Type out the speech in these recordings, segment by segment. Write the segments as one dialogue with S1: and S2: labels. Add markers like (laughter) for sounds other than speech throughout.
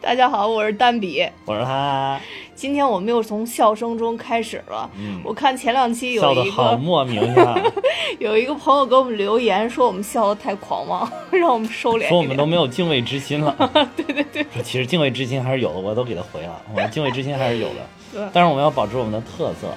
S1: 大家好，我是蛋比。
S2: 我说他，
S1: 今天我们又从笑声中开始了。
S2: 嗯，
S1: 我看前两期有
S2: 笑的
S1: 一
S2: 好
S1: 个
S2: 莫名
S1: (laughs)
S2: 呀，
S1: 有一个朋友给我们留言说我们笑的太狂妄， (laughs) 让我们收敛一点。
S2: 说我们都没有敬畏之
S1: (laughs)
S2: 心了。对对对，其实敬畏之心还是有的，我都给他回了，我们敬畏之心还是有
S1: 对
S2: 的，但是我们要保持我们的特色。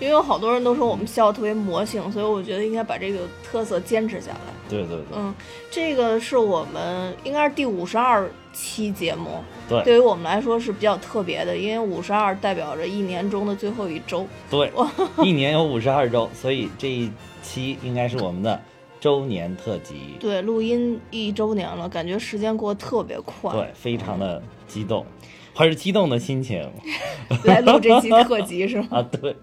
S1: 因为有好多人都说我们笑得特别魔性，所以我觉得应该把这个特色坚持下来。
S2: 对对对
S1: 嗯，这个是我们应该是第五十二期节目，
S2: 对
S1: 对于我们来说是比较特别的，因为五十二代表着一年中的最后一周。
S2: 对， (laughs) 一年有五十二周，所以这一期应该是我们的周年特辑。
S1: 对，录音一周年了，感觉时间过得特别快。
S2: 对，非常的激动，怀着激动的心情
S1: (laughs) 来录这期特辑是吗？
S2: 啊，对，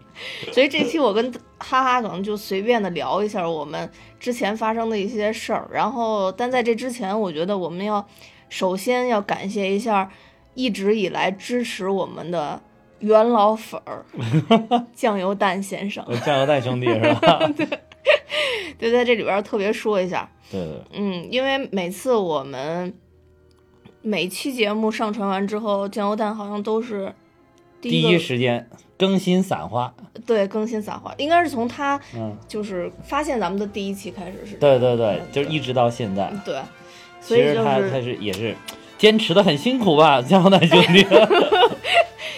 S1: 所以这期我跟哈哈可能就随便的聊一下我们之前发生的一些事儿，然后但在这之前，我觉得我们要首先要感谢一下一直以来支持我们的元老粉
S2: (laughs)
S1: 儿酱油蛋先生，
S2: 我酱油蛋兄弟是
S1: (laughs)
S2: 吧？
S1: 就在这里边儿特别说一下，
S2: 对对
S1: 嗯，因为每次我们每期节目上传完之后，酱油蛋好像都是第
S2: 对，第
S1: 一个
S2: 一时间更新散花，
S1: 对更新撒花，应该是从他
S2: 嗯，
S1: 就是发现咱们的第一期开始是这样
S2: 对对对
S1: 嗯，
S2: 就是一直到现在，
S1: 对，所
S2: 其
S1: 以
S2: 实
S1: 就
S2: 他他
S1: 是
S2: 是也是坚持的很辛苦吧，酱油蛋兄
S1: (laughs)
S2: 弟。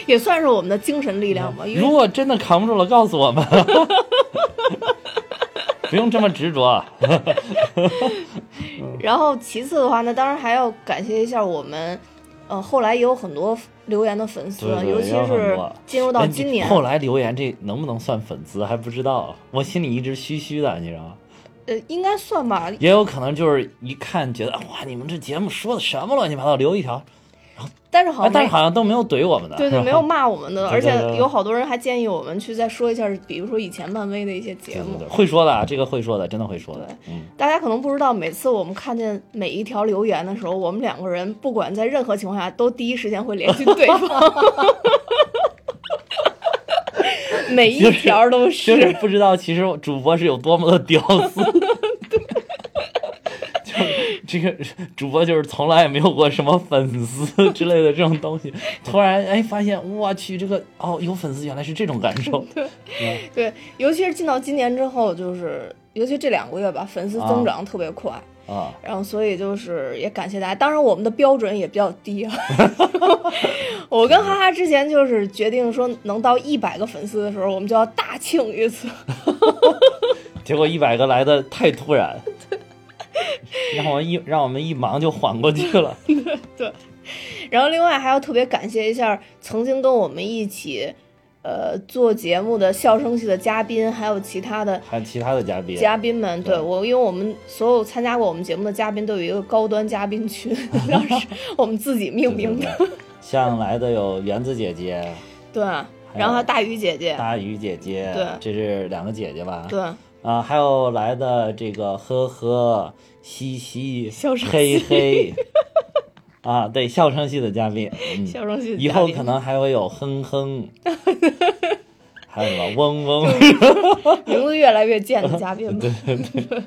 S1: 也算是我们的精神力量吧，因
S2: 如
S1: 为
S2: 果真的扛不住了，告诉我们。 (laughs) 不用这么执着，啊
S1: 然后其次的话呢，当然还要感谢一下我们，呃，后来也有很多留言的粉丝，
S2: 对对
S1: 尤其
S2: 也有很
S1: 是
S2: 多
S1: 进入到今年
S2: 哎，后来留言这能不能算粉丝还不知道，我心里一直虚虚的，你知道吗？
S1: 呃，应该算吧，
S2: 也有可能就是一看觉得哇，你们这节目说的什么乱七八糟，留一条，
S1: 但是好
S2: 哎，
S1: 像哦
S2: 但
S1: 没
S2: 是好像都没有怼我们的，
S1: 对
S2: 是
S1: 对，
S2: 吧
S1: 没
S2: (laughs)
S1: 有骂我们的，而
S2: 对对
S1: 且
S2: 对对
S1: 有好多人还建议我们去再说一下，比如说以前漫威的一些节
S2: 对对
S1: 目
S2: 对，。会说的啊，这个会说的，真的会说的
S1: 对，
S2: 嗯，
S1: 大家可能不知道，每次我们看见每一条留言的时候，我们两个人不管在任何情况下，都第一时间会联系对
S2: (laughs)
S1: 方，每一条都。
S2: 就是是不知道其实主播是有多么的屌丝。 (laughs) 就是这个主播就是从来也没有过什么粉丝之类的这种东西，突然哎发现我去这个哦有粉丝原来是这种感受，
S1: 对，尤其是进到今年之后，就是尤其这两个月吧，粉丝增长特别快，
S2: 啊
S1: 然后所以就是也感谢大家。当然，我们的标准也比较
S2: (laughs)
S1: 低啊。我跟哈哈之前就是决定说，能到一百个粉丝的时候，我们就要大庆一次。
S2: 结果一百个来的太突
S1: (laughs)
S2: 然，让我一让我们一忙就缓过去
S1: (laughs)
S2: 了。
S1: 然后另外还要特别感谢一下曾经跟我们一起，呃，做节目的笑声系的嘉宾，还有其他的
S2: 还有其他的嘉宾，
S1: 嘉宾们。对
S2: 对
S1: 我，因为我们所有参加过我们节目的嘉宾都有一个高端嘉宾
S2: (laughs)
S1: 群，当时我们自己命
S2: 对
S1: 名
S2: 对
S1: 的。
S2: 对像来的有园子姐姐、
S1: 对，啊然后还有大鱼姐姐，
S2: 大鱼姐姐，
S1: 对
S2: 这是两个姐姐吧？
S1: 对，
S2: 啊，还有来的这个呵呵、嘻嘻、
S1: 笑声
S2: 嘿嘿，啊，对，笑声系的嘉宾，
S1: (laughs)
S2: 嗯，
S1: 笑声系的
S2: 以
S1: 嘉
S2: 后
S1: 宾
S2: 可。能还会有哼
S1: (laughs)
S2: 哼，还有什么嗡嗡，
S1: 名字越来越贱
S2: (laughs)
S1: 的嘉宾们。对对
S2: 对。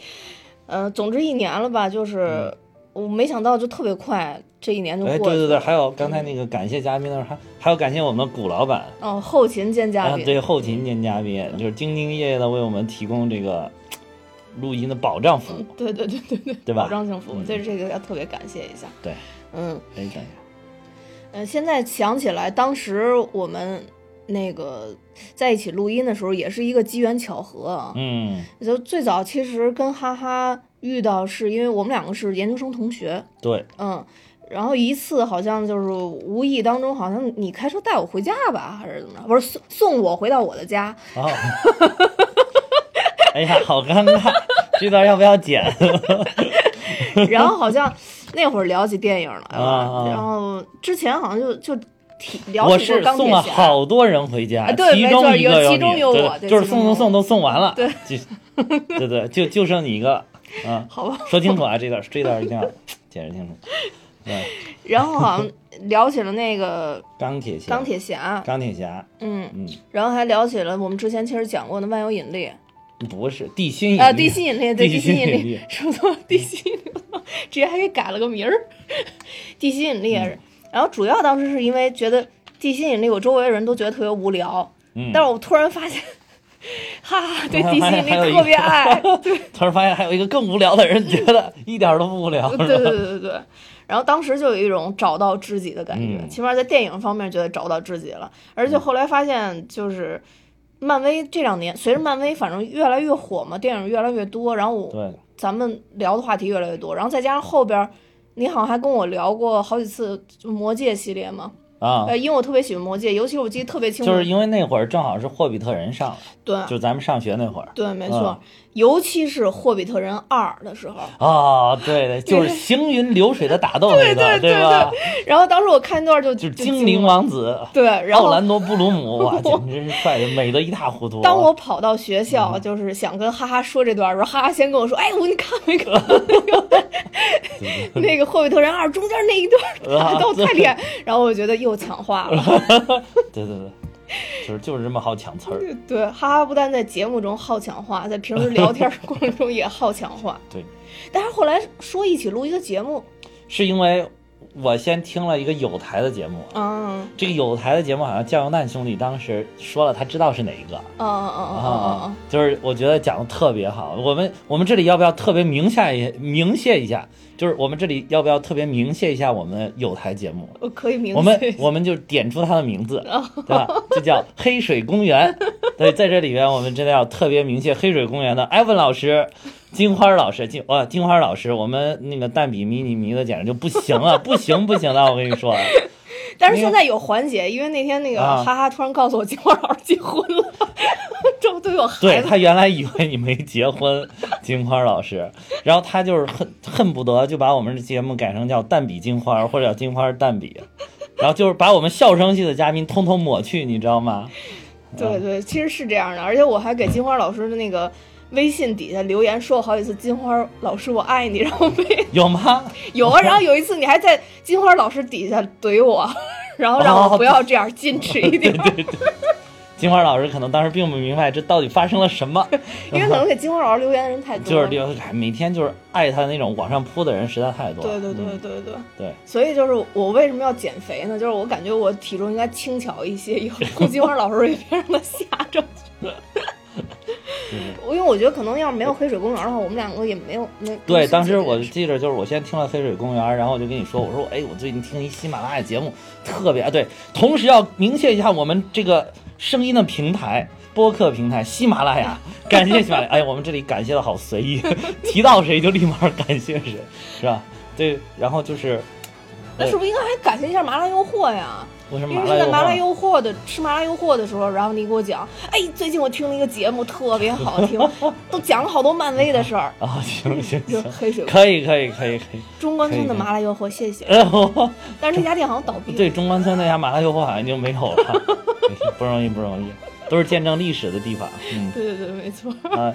S1: (laughs) 呃，总之一年了吧，就是我没想到，就特别快，这一年就
S2: 嗯哎，对
S1: 过去
S2: 对对，
S1: 了。
S2: 还有刚才那个感谢嘉宾的时候，还还有感谢我们的古老板，
S1: 哦，后勤见嘉
S2: 啊，
S1: 宾。嗯
S2: 对，后勤兼嘉宾，就是兢兢业业的为我们提供这个录音的保障服务，
S1: 对对对对对，
S2: 对吧
S1: 保障性服务，
S2: 嗯
S1: 对这个要特别感谢一下。
S2: 对，
S1: 嗯
S2: 哎，感谢，
S1: 呃，现在想起来，当时我们那个在一起录音的时候，也是一个机缘巧合啊。
S2: 嗯，
S1: 就最早其实跟哈哈遇到，是因为我们两个是研究生同学，
S2: 对，
S1: 嗯，然后一次好像就是无意当中，好像你开车带我回家吧，还是怎么着？不是送送我回到我的
S2: (laughs)
S1: 家，
S2: 哦，哎呀，好尴尬，这段要不要剪？
S1: (laughs) 然后好像那会儿聊起电影来了，
S2: 啊啊
S1: 然后之前好像就就提聊
S2: 我
S1: 起过
S2: 是
S1: 钢
S2: 送
S1: 铁
S2: 了
S1: 侠，
S2: 好多人回家，
S1: 啊对
S2: 其
S1: 没
S2: 中
S1: 错
S2: 一
S1: 有
S2: 个
S1: 其
S2: 你，
S1: 中有我对
S2: 对，就是
S1: 其中
S2: 送
S1: 有
S2: 送送都送完了，
S1: 对
S2: 就，对对，就就剩你一个，啊，
S1: 好吧，
S2: 说清楚啊，这段这段一定要解释清楚。对，
S1: 然后好像聊起了那个
S2: (laughs) 钢铁侠，
S1: 钢铁侠，
S2: 钢铁侠，
S1: 嗯，
S2: 嗯，
S1: 然后还聊起了我们之前其实讲过的万有引力，
S2: 不是地心引力，
S1: 啊，地心引力，对，
S2: 地
S1: 地
S2: 心
S1: 心引
S2: 引
S1: (laughs) 力
S2: 力，
S1: (laughs)
S2: 嗯
S1: 说错了，地心引力，直接还给改了个名儿，地心引力。然后主要当时是因为觉得地心引力，我周围的人都觉得特别无聊，
S2: 嗯，
S1: 但是我突然发现， (laughs) 哈哈，对
S2: 还
S1: 地心
S2: 还
S1: 引力
S2: 还有一
S1: 特
S2: 个
S1: 别爱，对
S2: 突然发现还有一个更无聊的人，觉得一点儿都不无聊，
S1: 对对对对对。然后当时就有一种找到知己的感觉，
S2: 嗯
S1: 起码在电影方面觉得找到知己了。而嗯且后来发现，就是漫威这两年，随着漫威反正越来越火嘛，电影越来越多，然后我
S2: 对，
S1: 咱们聊的话题越来越多，然后再加上后边儿，你好像还跟我聊过好几次就魔戒系列嘛，
S2: 啊，
S1: 呃，因为我特别喜欢魔戒，尤其我记得特别清楚，
S2: 就是因为那会儿正好是《霍比特人》上了，
S1: 对
S2: 就咱们上学那会儿
S1: 对，没错，尤其是《霍比特人二》的时候，
S2: 啊，对对，就是行云流水的打斗那
S1: 对
S2: 个，
S1: 对
S2: 吧？
S1: 然后当时我看那段就
S2: 就是
S1: 就
S2: 精
S1: 惊
S2: 灵
S1: 了，
S2: 王子
S1: 对，然
S2: 奥
S1: 后
S2: 兰多布
S1: (laughs)
S2: 鲁姆，哇，简直是帅的美得一塌糊涂。啊
S1: 当我跑到学
S2: 嗯
S1: 校，就是想跟哈哈说这段儿的时候，哈哈先跟我说：“哎，我你看没看
S2: (laughs)
S1: 那个《霍比特人二》中间那一段儿打斗太
S2: (laughs)
S1: 厉害。”然后我觉得又抢话了。
S2: 对对对，就是就是这么好抢词儿。
S1: 对，哈哈不但在节目中好抢话，在平时聊天儿过程中也好抢话。
S2: 对，
S1: 但是后来说一起录一个节目，
S2: 是因为我先听了一个有台的节目，
S1: 嗯
S2: 这个有台的节目好像酱油蛋兄弟当时说了，他知道是哪一个。
S1: 嗯嗯嗯嗯
S2: 啊
S1: 嗯，
S2: 就是我觉得讲的特别好。我们我们这里要不要特别明下一明谢一下？就是我们这里要不要特别明谢一下我们有台节目？
S1: 我哦可以明
S2: 我们
S1: 确一下。
S2: 我们就点出它的名字，对吧？就叫《黑水公园》。对，在这里边我们真的要特别明谢《黑水公园》的艾文老师、金花老师、金哇金花老师，我们那个蛋比迷你迷的简直就不行了，不行不行的，我跟你说，
S1: 但是现在有缓解，因为那天那个
S2: 啊
S1: 哈哈突然告诉我金花老师结婚了， (laughs) 这不都有孩
S2: 对
S1: 子
S2: 他原来以为你没结婚，金花老师，然后他就是恨恨不得就把我们的节目改成叫蛋比金花或者叫金花蛋比，然后就是把我们笑声系的嘉宾通通抹去，你知道吗？嗯
S1: 对对，其实是这样的，而且我还给金花老师的那个微信底下留言说过好几次“金花老师我爱你”，然后被 (laughs)
S2: 有吗？
S1: 有啊，然后有一次你还在金花老师底下怼我， (laughs) 然后让我不要这样，矜持一
S2: 哦
S1: 点，
S2: 金花老师可能当时并不明白这到底发生了
S1: (laughs)
S2: 什么，
S1: 因为可能给金花老师留言的人太多
S2: 就
S1: 了
S2: 是。刘哎每天就是爱他那种往上扑的人实在太多
S1: 对
S2: 了。
S1: 对对
S2: 嗯
S1: 对对，
S2: 对，
S1: 所以就是我为什么要减肥呢？就是我感觉我体重应该轻巧一些，以后估计花老师也别让他吓着。
S2: (laughs)
S1: 因为我觉得可能要是没有黑水公园的话，我们两个也没有没。
S2: 对，当时我记着，就是我先听了黑水公园，然后我就跟你说，我说，哎，我最近听一喜马拉雅节目，特别啊，对，同时要明确一下我们这个声音的平台，播客平台喜马拉
S1: (laughs)
S2: 雅，感谢喜马拉雅，哎，我们这里感谢的好随意，提到谁就立马感谢谁，是吧？对，然后就是
S1: 那是不是应该还感谢一下麻辣诱惑呀？
S2: 为什么
S1: 因为
S2: 嗯麻
S1: 是
S2: 辣
S1: 在麻辣
S2: 诱惑
S1: 诱惑的吃麻辣诱惑的时候，然后你给我讲，哎，最近我听了一个节目，特别好
S2: (laughs)
S1: 听，都讲了好多漫威的事儿，
S2: 啊？行行
S1: 就
S2: 行
S1: 是，黑水
S2: 可以可以可以可以，
S1: 中关村的麻辣诱惑，谢谢。
S2: 然后。
S1: 但是那家店好像倒闭了。
S2: 哎对中关村那家麻辣诱惑好像就没有了，不容易不容易，都是见证历史的地方。嗯
S1: 对对对，没错。
S2: 啊、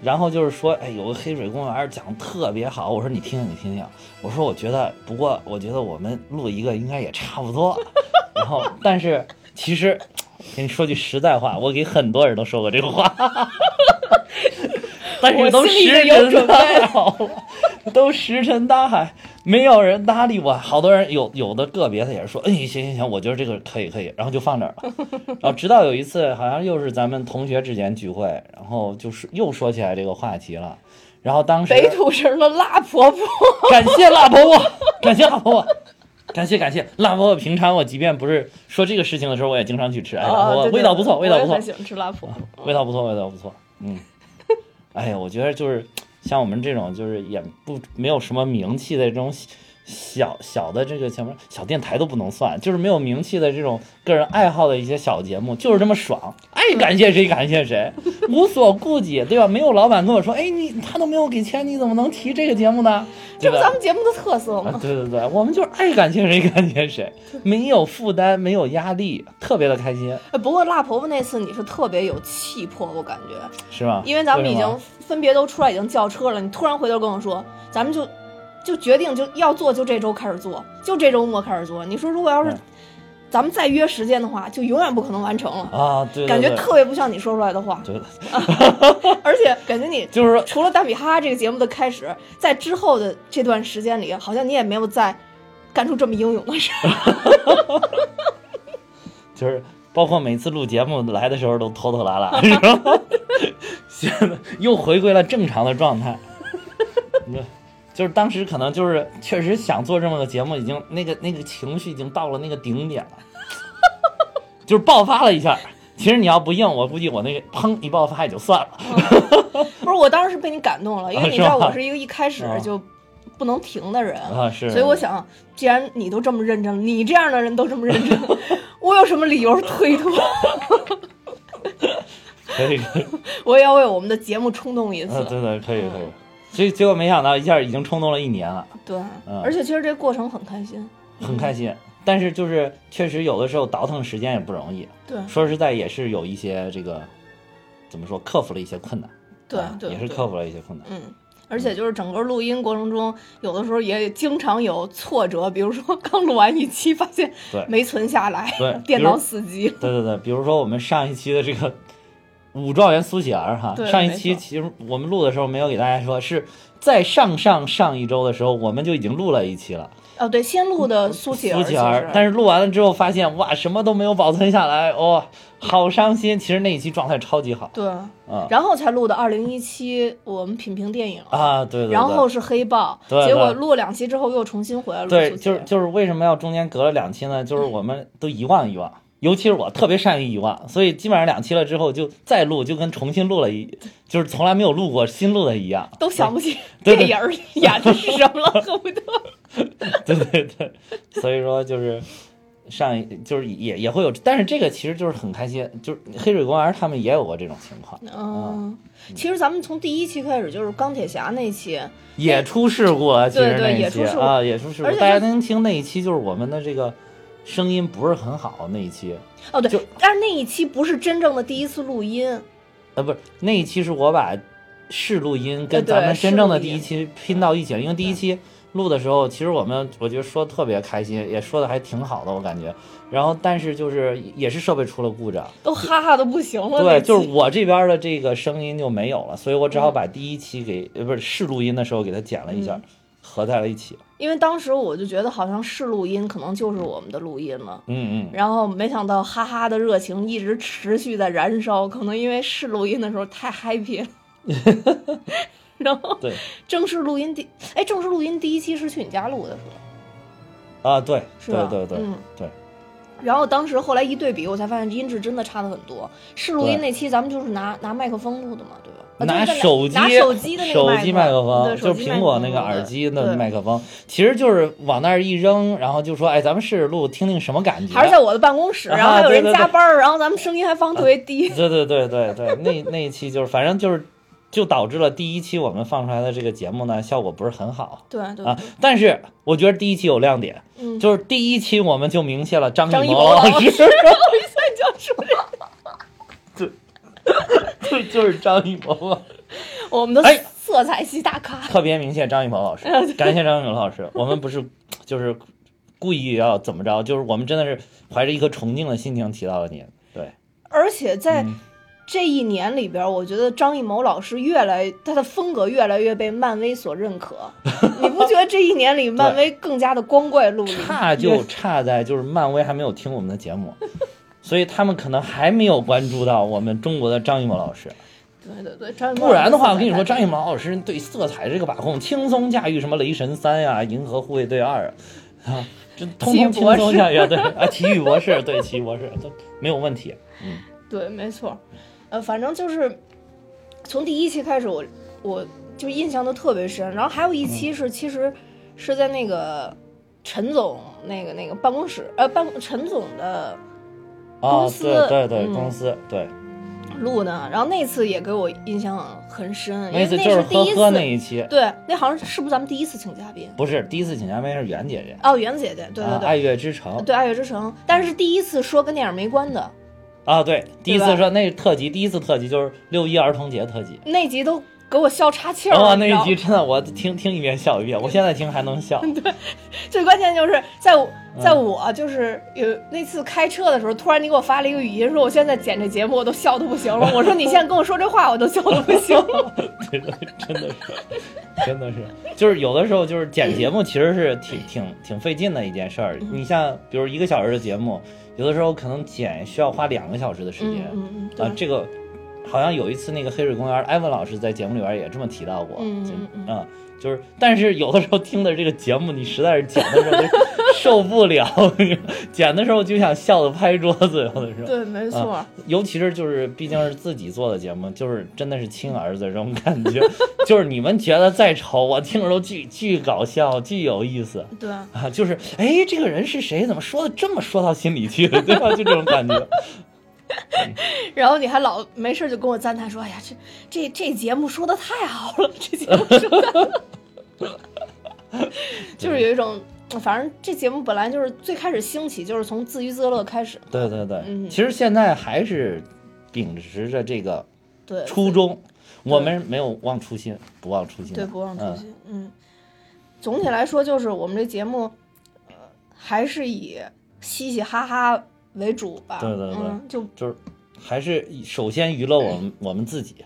S2: 然后就是说，哎，有个黑水公园讲的特别好，我说你听听你听听，我说我觉得，不过我觉得我们录一个应该也差不多。 (laughs) 然后，但是其实跟你说句实在话，我给很多人都说过这个话。 (laughs) 但是都
S1: 我心里
S2: 石
S1: 已经有
S2: 沉
S1: 准备
S2: 大海了，都石沉大海，没有人搭理我。好多人有有的个别的也是说，哎，行行行，我觉得这个可以可以，然后就放这儿了。然哦后直到有一次，好像又是咱们同学之间聚会，然后就是又说起来这个话题了。然后当时
S1: 北土城的辣婆婆，
S2: 感谢辣婆婆，感谢辣婆婆，感谢感谢辣婆婆。平常我即便不是说这个事情的时候，我也经常去吃。哎，辣婆
S1: 啊
S2: 婆
S1: 对对
S2: 味道不错，
S1: 对
S2: 味道不
S1: 我也
S2: 错
S1: 很，喜欢吃辣婆婆。
S2: 味道不错，味道不错。嗯，哎呀，我觉得就是像我们这种，就是也不没有什么名气的这种小小小的这个前面小电台都不能算，就是没有名气的这种个人爱好的一些小节目，就是这么爽，爱感谢谁感谢谁，无所顾忌，对吧？没有老板跟我说，哎，你他都没有给钱，你怎么能提这个节目呢？
S1: 这
S2: 对
S1: 不
S2: 吧？
S1: 咱们节目的特色吗
S2: 啊，？对对对，我们就是爱感谢谁感谢谁，没有负担，没有压力，特别的开心，
S1: 哎不过辣婆婆那次你是特别有气魄，我感觉，
S2: 是吧？
S1: 因为咱们已
S2: 什
S1: 经
S2: 么
S1: 分别都出来，已经叫车了。你突然回头跟我说，咱们就就决定就要做，就这周开始做，就这周末开始做。你说如果要是
S2: 嗯
S1: 咱们再约时间的话，就永远不可能完成了。
S2: 啊，对对
S1: 感觉
S2: 对
S1: 特别不像你说出来的话，
S2: 对，
S1: (laughs) 而且感觉你
S2: (laughs) 就是说
S1: 除了蛋比哈哈这个节目的开始，在之后的这段时间里，好像你也没有在干出这么英勇的事儿。
S2: (laughs) 就是包括每次录节目来的时候都拖拖拉拉，然后现在又回归了正常的状态。那就是当时可能就是确实想做这么个节目，已经那个那个情绪已经到了那个顶点了，就是爆发了一下。其实你要不硬，我估计我那个砰一爆发也就算了。
S1: 不是，我当时是被你感动了，因为你知
S2: 啊
S1: 道
S2: 是吧
S1: 我是一个一开始
S2: 啊
S1: 就不能停的人
S2: 啊是
S1: 所以我想，既然你都这么认真了，你这样的人都这么认
S2: (laughs)
S1: 真，我有什么理由推脱？
S2: 可以， (laughs) 可以
S1: 我也要为我们的节目冲动一次
S2: 啊，。对对，可以可以。所以结果没想到一下已经冲动了一年了，
S1: 对，
S2: 嗯
S1: 而且其实这过程很开心。
S2: 很开心。但是就是确实有的时候倒腾时间也不容易，
S1: 对
S2: 说实在也是有一些这个怎么说，克服了一些困难，
S1: 对
S2: 啊
S1: 对，
S2: 也是
S1: 对
S2: 克服了一些困难。
S1: 嗯。而且就是整个录音过程中，有的时候也经常有挫折，比如说刚录完一期，发现
S2: 对
S1: 没存下来 (laughs)
S2: 对比如，
S1: 电脑死机了。
S2: (laughs) 对对对，比如说我们上一期的这个 (laughs) 武状元苏乞儿哈，
S1: 对
S2: 上一
S1: 没
S2: 期
S1: 错
S2: 其实我们录的时候没有给大家说，是在上上上一周的时候我们就已经录了一期了
S1: 哦，对，先录的苏乞
S2: 苏
S1: 儿，
S2: 乞
S1: 其
S2: 嗯儿
S1: 实，
S2: 但是录完了之后发现哇什么都没有保存下来，哦，好伤心。其实那一期状态超级好，
S1: 对，
S2: 嗯
S1: 然后才录的二零一七我们品评电影，
S2: 啊，对对对，
S1: 然后是黑豹，
S2: 对
S1: 结果
S2: 对
S1: 录了两期之后又重新回来录
S2: 对，
S1: 苏乞
S2: 就是
S1: 儿
S2: 就是为什么要中间隔了两期呢？就是我们都遗忘遗忘，尤其是我特别善于遗忘，所以基本上两期了之后就再录，就跟重新录了一，就是从来没有录过新录的一样。
S1: 都想不起
S2: (laughs) 对
S1: 电影儿演的是什么了，恨
S2: (laughs)
S1: 不得。
S2: 对对对，所以说就是上一就是也也会有，但是这个其实就是很开心，就是黑水公园他们也有过这种情况，
S1: 嗯，其实咱们从第一期开始就是钢铁侠那期，
S2: 也出事故了。其
S1: 对
S2: 实
S1: 对
S2: 那一
S1: 也
S2: 期
S1: 出事故
S2: 啊，也出事故
S1: 而，且
S2: 大家
S1: 就
S2: 能听那一期就是我们的这个声音不是很好那一期，
S1: 哦
S2: 就
S1: 对，但是那一期不是真正的第一次录音，
S2: 呃，不是那一期是我把试录音跟
S1: 呃对
S2: 咱们真正的第一
S1: 试录音
S2: 期拼到一起了，因为第一期录的时候，其实我们我觉得说得特别开心，也说的还挺好的，我感觉。然后，但是就是也是设备出了故障，
S1: 都哈哈的不行了。那
S2: 对，
S1: 期
S2: 就是我这边的这个声音就没有了，所以我只好把第一期给呃不是试录音的时候给它剪了一下
S1: 嗯，
S2: 合在了一起。
S1: 因为当时我就觉得好像是录音，可能就是我们的录音了。
S2: 嗯嗯，
S1: 然后没想到哈哈的热情一直持续在燃烧，可能因为试录音的时候太 happy 了。 (laughs) 然后
S2: 对
S1: 正式录音第哎，正式录音第一期是去你家录的是吧？
S2: 啊对
S1: 是
S2: 对
S1: 吧
S2: 对对
S1: 嗯
S2: 对
S1: 然后当时后来一对比，我才发现音质真的差的很多。试录音
S2: 对
S1: 那期咱们就是拿拿麦克风录的嘛，对吧？啊
S2: 拿
S1: 就是在
S2: 手机，
S1: 拿手机的那个
S2: 手机麦克风，
S1: 对手
S2: 就
S1: 机
S2: 是
S1: 麦
S2: 苹
S1: 克
S2: 果
S1: 风
S2: 那个耳机
S1: 对
S2: 的麦克风，其实就是往那儿一扔，然后就说，哎，咱们试着录，听听什么感觉。
S1: 还是在我的办公室，
S2: 啊
S1: 然后还有人
S2: 对对啊对
S1: 加班儿，然后咱们声音还放特别低。
S2: 对对对对对，那那一期就是，反正就是，就导致了第一期我们放出来的这个节目呢，效果不是很
S1: (laughs)
S2: 好
S1: 对对
S2: 啊
S1: 对，。
S2: 但是我觉得第一期有亮点，
S1: 嗯， (laughs)
S2: 就是第一期我们就明确了张
S1: 张
S2: 艺
S1: 艺
S2: 谋
S1: 谋
S2: 老
S1: 老
S2: (laughs) 师，
S1: 再就说这
S2: 就就是张艺谋啊，
S1: 我们的
S2: 哎
S1: 色彩系大咖。
S2: 特别明显张艺谋
S1: (laughs)
S2: 老师，感谢张艺谋老师，我们不是就是故意要怎么着，就是我们真的是怀着一颗崇敬的心情提到了您，对，
S1: 而且在
S2: 嗯
S1: 这一年里边儿，我觉得张艺谋老师越来他的风格越来越被漫威所认
S2: (laughs)
S1: 可。你不觉得这一年里漫威更加的光怪陆离？
S2: 差就差在就是漫威还没有听我们的节目，所以他们可能还没有关注到我们中国的张艺谋老师。
S1: 对对对，张艺谋
S2: 不然的话，我跟你说，
S1: 老师
S2: 张艺谋老师对色彩这个把控轻松驾驭，什么《雷神三》呀，《银河护卫队二》啊，啊， (laughs) 这通通轻松驾驭。对啊，奇异博士，对奇异博士都没有问题。嗯，
S1: 对，没错儿，呃，反正就是从第一期开始我，我就印象都特别深。然后还有一期
S2: 嗯
S1: 是，其实是在那个陈总那个那个办公室，呃，办公陈总的
S2: 啊
S1: 公，司
S2: 对对对，
S1: 嗯
S2: 公司对，
S1: 录的。然后那次也给我印象很深，因为
S2: 次
S1: 那
S2: 就是
S1: 是第
S2: 呵
S1: 一次，
S2: 呵那一期，
S1: 对，那好像是不是咱们第一次请嘉宾？
S2: 不是第一次请嘉宾是袁姐姐，
S1: 哦，袁姐姐，对对
S2: 啊，
S1: 对。
S2: 爱乐之城
S1: 对《爱乐之城》，但是第一次说跟电影没关的
S2: 啊，对，第一
S1: 对
S2: 次
S1: 吧
S2: 说那特辑，第一次特辑就是六一儿童节特辑。
S1: 那集都给我笑岔气儿
S2: 哇、
S1: 了。
S2: 哦那
S1: 你知道
S2: 一
S1: 吗
S2: 集真的，我听听一遍笑一遍，我现在听还能
S1: (laughs)
S2: 笑。
S1: 最关键就是在我
S2: 嗯
S1: 在我就是有那次开车的时候，突然你给我发了一个语音，说我现在剪这节目我都笑的不行了。我说你现在跟我说这话，我都笑的不行
S2: (laughs)
S1: 了。
S2: 真的真的是，真的是，就是有的时候就是剪节目其实是挺挺挺费劲的一件事儿。
S1: 嗯
S2: 你像比如一个小时的节目，有的时候可能剪需要花两个小时的时间
S1: 嗯嗯嗯，对
S2: 啊。这个好像有一次那个黑水公园，艾文老师在节目里边也这么提到过，
S1: 嗯
S2: 就
S1: 嗯嗯
S2: 啊。就是，但是有的时候听的这个节目，你实在是剪的时候就受不了， (laughs) 剪的时候就想笑的拍桌子，有的时候。
S1: 对，没错。
S2: 啊尤其是就是毕竟是自己做的节目，就是真的是亲儿子这种感觉， (laughs) 就是你们觉得再丑，我听着都巨巨搞笑，巨有意思
S1: 对，
S2: 啊！就是哎，这个人是谁？怎么说的这么说到心里去， (laughs) 对吧？就这种感觉。
S1: 然后你还老没事就跟我赞叹说：“哎呀，这这这节目说的太好了，这节目说的太好了。” (laughs) 就是有一种，反正这节目本来就是最开始兴起，就是从自娱自乐开始。
S2: 对对对，
S1: 嗯
S2: 其实现在还是秉持着这个
S1: 对，
S2: 初衷，我们没有忘初心，不忘初心的，
S1: 对，不忘初
S2: 嗯
S1: 心。嗯，总体来说就是我们这节目，呃，还是以嘻嘻哈哈为主吧。
S2: 对对对
S1: 嗯，就
S2: 就是还是以首先娱乐我
S1: (clears throat)
S2: 们我们自己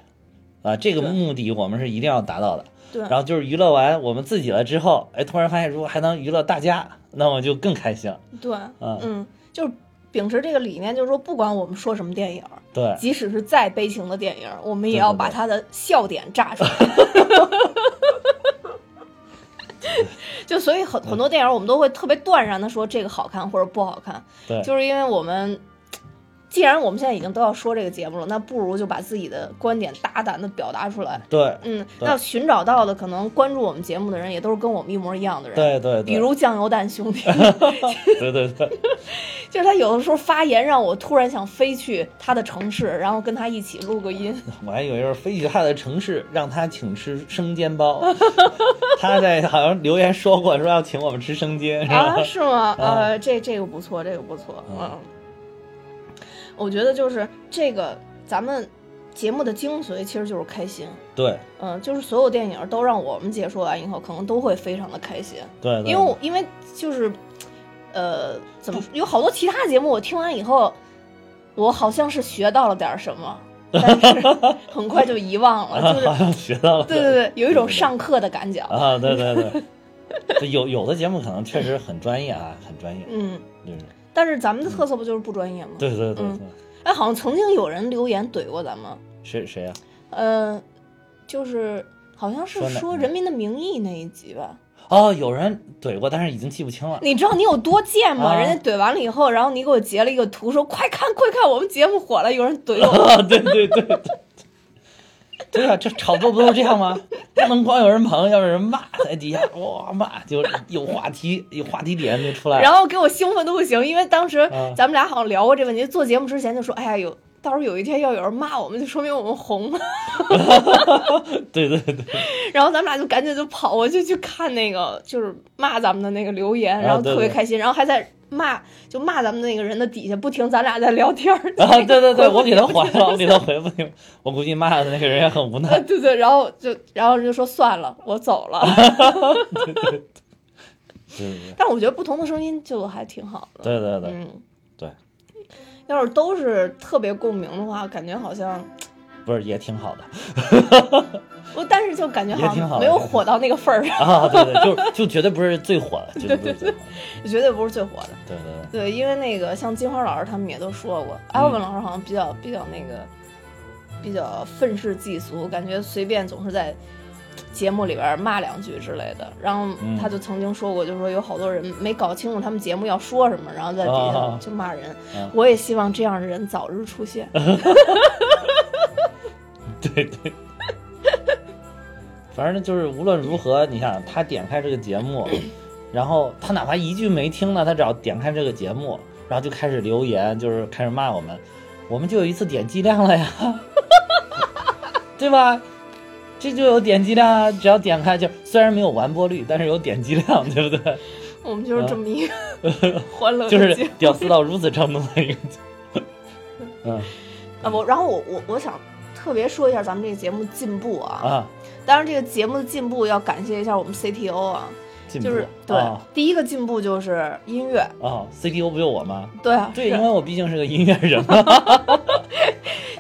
S2: 啊，这个
S1: 对
S2: 目的我们是一定要达到的。
S1: 对
S2: 然后就是娱乐完我们自己了之后，哎，突然发现如果还能娱乐大家，那我就更开心了。
S1: 对，
S2: 嗯
S1: 嗯，就是秉持这个理念，就是说，不管我们说什么电影儿，
S2: 对，
S1: 即使是再悲情的电影儿，我们也
S2: 对
S1: 要
S2: 对
S1: 把
S2: 对
S1: 它的笑点炸出来。 (laughs) 就所以很很多电影儿我们都会特别断然的说这个好看或者不好看，
S2: 对
S1: 就是因为我们。既然我们现在已经都要说这个节目了，那不如就把自己的观点大胆的表达出来。
S2: 对
S1: 嗯，
S2: 对
S1: 那寻找到的可能关注我们节目的人，也都是跟我们一模一样的人，
S2: 对对对，
S1: 比如酱油蛋兄弟。 (laughs)
S2: 对对对，
S1: 就是他有的时候发言让我突然想飞去他的城市，然后跟他一起录个音。
S2: 我还以为是飞去他的城市，让他请吃生煎包。 (laughs) 他在好像留言说过，说要请我们吃生煎，是吧？
S1: 啊，是吗？
S2: 啊
S1: 呃，这这个不错，这个不错，
S2: 嗯
S1: 嗯，我觉得就是这个咱们节目的精髓其实就是开心，
S2: 对
S1: 嗯，就是所有电影都让我们解说完以后，可能都会非常的开心，
S2: 对对，
S1: 因为我因为就是，呃，怎么说有好多其他节目我听完以后，我好像是学到了点儿什么，但 (laughs) 是很快就遗忘了，(laughs)
S2: 啊
S1: 就是
S2: (laughs) 好像学到了。
S1: 对对对，有一种上课的感觉。
S2: 啊，对对对。对有有的节目可能确实很专业啊，很专业，
S1: 嗯，
S2: 就是
S1: 但是咱们的特色不就是不专业吗？
S2: 对对对对，
S1: 嗯哎，好像曾经有人留言怼过咱们，
S2: 谁谁啊呀、
S1: 呃，就是好像是
S2: 说哪
S1: 说《人民的名义》那一集吧。
S2: 哦，有人怼过，但是已经记不清了。
S1: 你知道你有多贱吗？
S2: 啊
S1: 人家怼完了以后，然后你给我截了一个图，说快看快看，我们节目火了，有人怼
S2: (laughs)
S1: 我。
S2: 啊，对对对对，对啊，这炒作不都这样吗？不能光有人捧，要有人骂，在底下哇骂，就有话题，有话题点就出来了。
S1: 然后给我兴奋的不行，因为当时
S2: 啊
S1: 咱们俩好像聊过这问题，做节目之前就说，哎呀，有到时候有一天要有人骂我们，就说明我们红了。
S2: 对对对，
S1: 然后咱们俩就赶紧就跑过去去看那个，就是骂咱们的那个留言，然后
S2: 啊对
S1: 特别
S2: 对
S1: 开心，然后还在骂，就骂咱们那个人的底下不停，咱俩在聊天儿。
S2: 啊，对
S1: (laughs)
S2: 对对，我给他回了，我给他回复你，我估计骂的那个人也很无奈。
S1: (laughs) 对对，然后就然后就说算了，我走
S2: (laughs)
S1: 了。
S2: 对对
S1: 但我觉得不同的声音就还挺好的。
S2: 对对对对
S1: 嗯，
S2: 对，
S1: 要是都是特别共鸣的话，感觉好像
S2: 不是也挺好的
S1: 我，但是就感觉
S2: 也
S1: 好
S2: 挺
S1: 像
S2: 好
S1: 没
S2: 的
S1: 有火到那个份儿上， (laughs)
S2: 啊？对对，就就绝对不是最火的，绝对不是最火的。
S1: 绝对不是最火的。
S2: 对对对，
S1: 对，因为那个像金花老师他们也都说过，
S2: 嗯
S1: 艾文老师好像比较比较那个比较愤世嫉俗，感觉随便总是在节目里边骂两句之类的。然后
S2: 嗯
S1: 他就曾经说过，就说有好多人没搞清楚他们节目要说什么，然后在底下
S2: 啊
S1: 就骂人。
S2: 啊
S1: 我也希望这样的人早日出现。
S2: (laughs) 对对，反正就是无论如何，你想他点开这个节
S1: (coughs)
S2: 目，然后他哪怕一句没听呢，他只要点开这个节目，然后就开始留言，就是开始骂我们，我们就有一次点击量了
S1: (laughs)
S2: 呀，对吧？这就有点击量啊！只要点开就，虽然没有完播率，但是有点击量，对
S1: (laughs)
S2: 不对？
S1: 我们就是这么一个
S2: (laughs)
S1: 欢乐的
S2: 就是
S1: 节目 (laughs)
S2: 屌丝到如此程度的一个，嗯
S1: 啊！我然后我我我想特别说一下咱们这个节目进步啊。
S2: 啊，
S1: 当然，这个节目的进步要感谢一下我们 CTO 啊，
S2: 进步
S1: 就是对、
S2: 啊
S1: 第一个进步就是音乐，
S2: 啊，CTO 不就我吗？
S1: 对啊，
S2: 对，
S1: 是
S2: 因为我毕竟是个音乐人嘛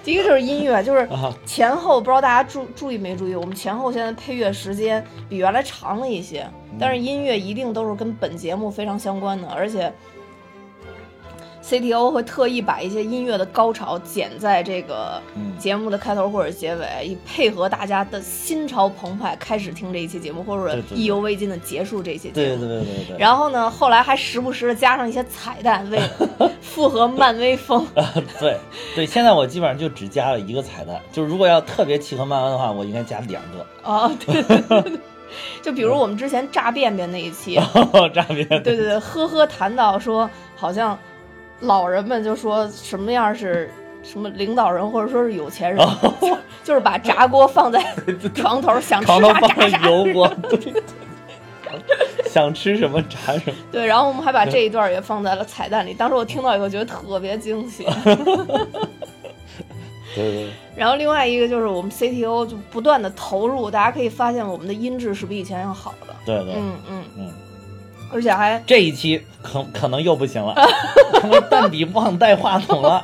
S1: 第一个就是音乐，就是
S2: (laughs) 啊，
S1: 前后不知道大家注注意没注意，我们前后现在配乐时间比原来长了一些，
S2: 嗯
S1: 但是音乐一定都是跟本节目非常相关的，而且 CTO 会特意把一些音乐的高潮剪在这个
S2: 嗯
S1: 节目的开头或者结尾，以配合大家的心潮澎湃开始听这一期节目，或者
S2: 对对对
S1: 意犹未尽的结束这一期节目。
S2: 对对对对对，
S1: 然后呢，后来还时不时的加上一些彩蛋，为
S2: (laughs)
S1: 符合漫威风。
S2: 对对，现在我基本上就只加了一个彩蛋，就是如果要特别契合漫威的话，我应该加两个。
S1: 哦，对对对对，就比如我们之前炸便便那一期，
S2: 嗯诈骗，
S1: 对对对，呵呵谈到说，好像老人们就说什么样是什么领导人，或者说是有钱
S2: 哦
S1: 人，就就是把炸锅放
S2: (laughs)
S1: 在床头，想吃
S2: 扛到
S1: 啥
S2: 放
S1: 炸啥。
S2: 油
S1: (laughs)
S2: 锅，对，想吃什么炸什么。
S1: 对，然后我们还把这一段也放在了彩蛋里。当时我听到以后觉得特别惊
S2: (laughs)
S1: 喜。
S2: 对对对，
S1: 然后另外一个就是我们 CTO 就不断的投入，大家可以发现我们的音质是比以前要好的。
S2: 对对，
S1: 嗯嗯，
S2: 嗯，
S1: 而且还
S2: 这一期可可能又不行
S1: (laughs)
S2: 了，因为蛋比忘带话筒了。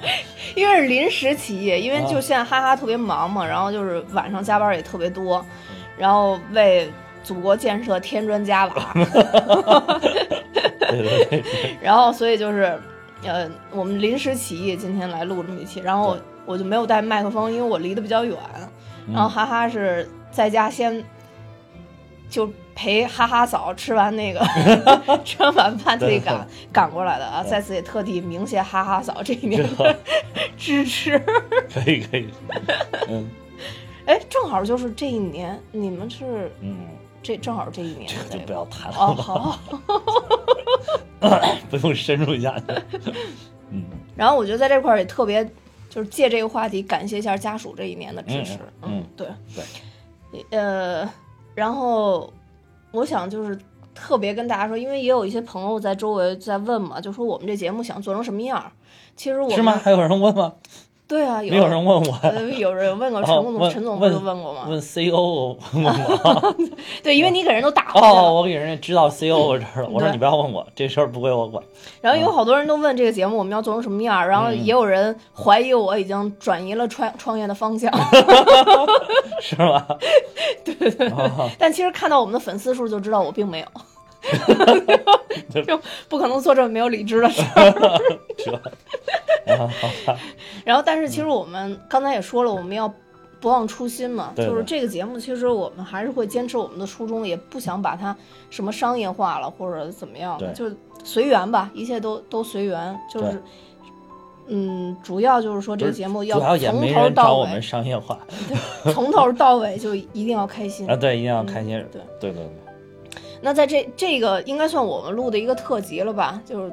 S1: 因为是临时起意，因为
S2: 啊
S1: 就现在哈哈特别忙嘛，然后就是晚上加班也特别
S2: 嗯
S1: 多，然后为祖国建设添砖加瓦，(laughs)
S2: (laughs) 对对对，
S1: 然后所以就是，呃，我们临时起意今天来录这么一期，然后
S2: 对嗯
S1: 我就没有带麦克风，因为我离得比较远，然后哈哈是在家先就陪哈哈嫂吃完那
S2: (laughs)
S1: 个吃完晚饭自己赶赶过来的啊，
S2: 对
S1: 在此也特地鸣谢哈哈嫂这一年的
S2: 这
S1: 支持。
S2: 可以可以，嗯
S1: (laughs) 哎，正好就是这一年，你们是
S2: 嗯， (coughs)
S1: 这正好这一年
S2: 这个就
S1: 对吧？
S2: 不要谈
S1: 哦，
S2: 了吧，
S1: 好。 (laughs)
S2: 不用深入下 (laughs) 去。嗯，
S1: 然后我觉得在这块儿也特别，就是借这个话题感谢一下家属这一年的支持。
S2: 嗯嗯
S1: 对
S2: 对，
S1: 呃，然后我想就是特别跟大家说，因为也有一些朋友在周围在问嘛，就说我们这节目想做成什么样儿。其实我们
S2: 是吗？还有人问吗？
S1: 对啊，
S2: 没有人问我，
S1: 呃有人
S2: (laughs)
S1: 问过陈
S2: 哦
S1: 总，
S2: 问
S1: 陈总不就
S2: 问
S1: 问过吗？
S2: 问 E CO 问我。
S1: 对，因为你给人都打过去了
S2: (laughs) 哦，。我给人知道 CO 这儿了，我说
S1: 对
S2: 你不要问我，这事儿不归我管。 (laughs)
S1: 然后有好多人都问这个节目我们要做成什么样儿，然后也有人怀疑我已经转移了创创业的方向，
S2: 是哦吗？对对对，
S1: 但其实看到我们的粉丝数就知道我并
S2: (laughs)
S1: 没有，就不可能做这么没有理智的事儿。
S2: (laughs) 是
S1: (laughs)
S2: 吧？啊，好吧，
S1: 然后，但是其实我们刚才也说了，我们要不忘初心嘛，
S2: 对的
S1: 就是这个节目其实我们还是会坚持我们的初衷，也不想把它什么商业化了或者怎么样的，
S2: 对
S1: 就是随缘吧，一切都都随缘，就
S2: 对
S1: 是。嗯，主要就是说这个节目要
S2: 主要也
S1: 从
S2: 没
S1: 头
S2: 人找
S1: 到
S2: 我
S1: 尾
S2: 们商业化
S1: 从头到尾就一定要开心
S2: (laughs) 啊，。对，一定要开心。
S1: 嗯对
S2: 对对对，
S1: 那在这这个应该算我们录的一个特辑了吧？就是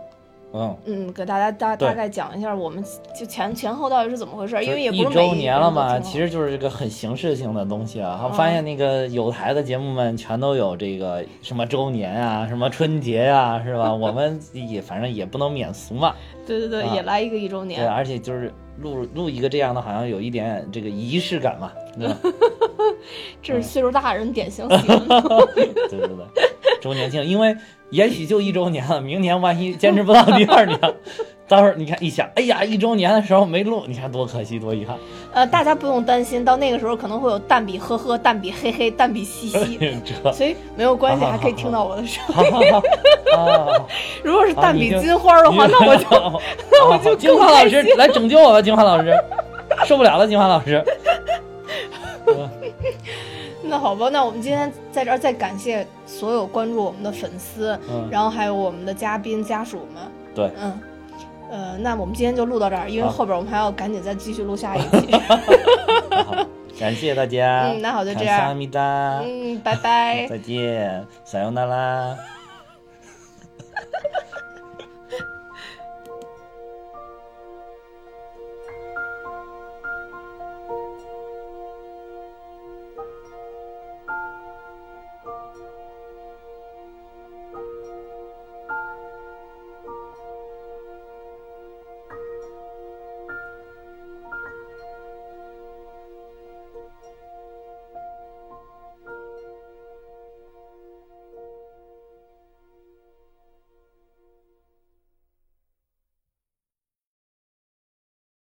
S2: 嗯，
S1: 嗯，给大家大
S2: 对
S1: 大概讲一下我们就前前后到底是怎么回事，因为也不
S2: 一
S1: 是每
S2: 周年了嘛，其
S1: 实
S2: 实就是这个很形式性的东西啊。
S1: 嗯
S2: 发现那个有台的节目们全都有这个什么周年
S1: (laughs)
S2: 啊，什么春节啊，是吧？我们也反正也不能免俗嘛。
S1: 对对对，
S2: 啊
S1: 也来一个一周
S2: 对，
S1: 年。
S2: 而且就是录录一个这样的，好像有一点这个仪式感嘛，对吧？
S1: 这是岁数大人典型喜欢的
S2: 对对对，周年庆，因为也许就一周年了，明年万一坚持不到第二年， (laughs) 到时候你看一想，哎呀，一周年的时候没录，你看多可惜，多遗憾。
S1: 呃，大家不用担心，到那个时候可能会有蛋比呵呵、蛋比嘿嘿、蛋比嘻
S2: (laughs)
S1: 嘻， (laughs)
S2: 这
S1: 所以没有关系，
S2: 好好
S1: 还可以
S2: 好
S1: 听到我的声音。
S2: (laughs) 好好好好，
S1: 如果是
S2: 啊
S1: 蛋
S2: 你
S1: 比
S2: 就
S1: 金花的话，那
S2: (laughs)
S1: 我就
S2: 就
S1: 我就
S2: 哦金
S1: 更
S2: 花老
S1: 开
S2: 师
S1: 心
S2: 来拯救
S1: (laughs)
S2: 我吧，金花老师，受不了了，金花老师。
S1: 那好吧，那我们今天在这儿再感谢所有关注我们的粉丝，
S2: 嗯
S1: 然后还有我们的嘉宾家属们，
S2: 对
S1: 嗯，呃，那我们今天就录到这儿，因为
S2: 好
S1: 后边我们还要赶紧再继续录下一
S2: (laughs)
S1: 期。
S2: 好好感谢大家，
S1: 嗯那好就这样
S2: 感谢阿弥达，
S1: 嗯，拜拜。
S2: 再见，撒由那拉。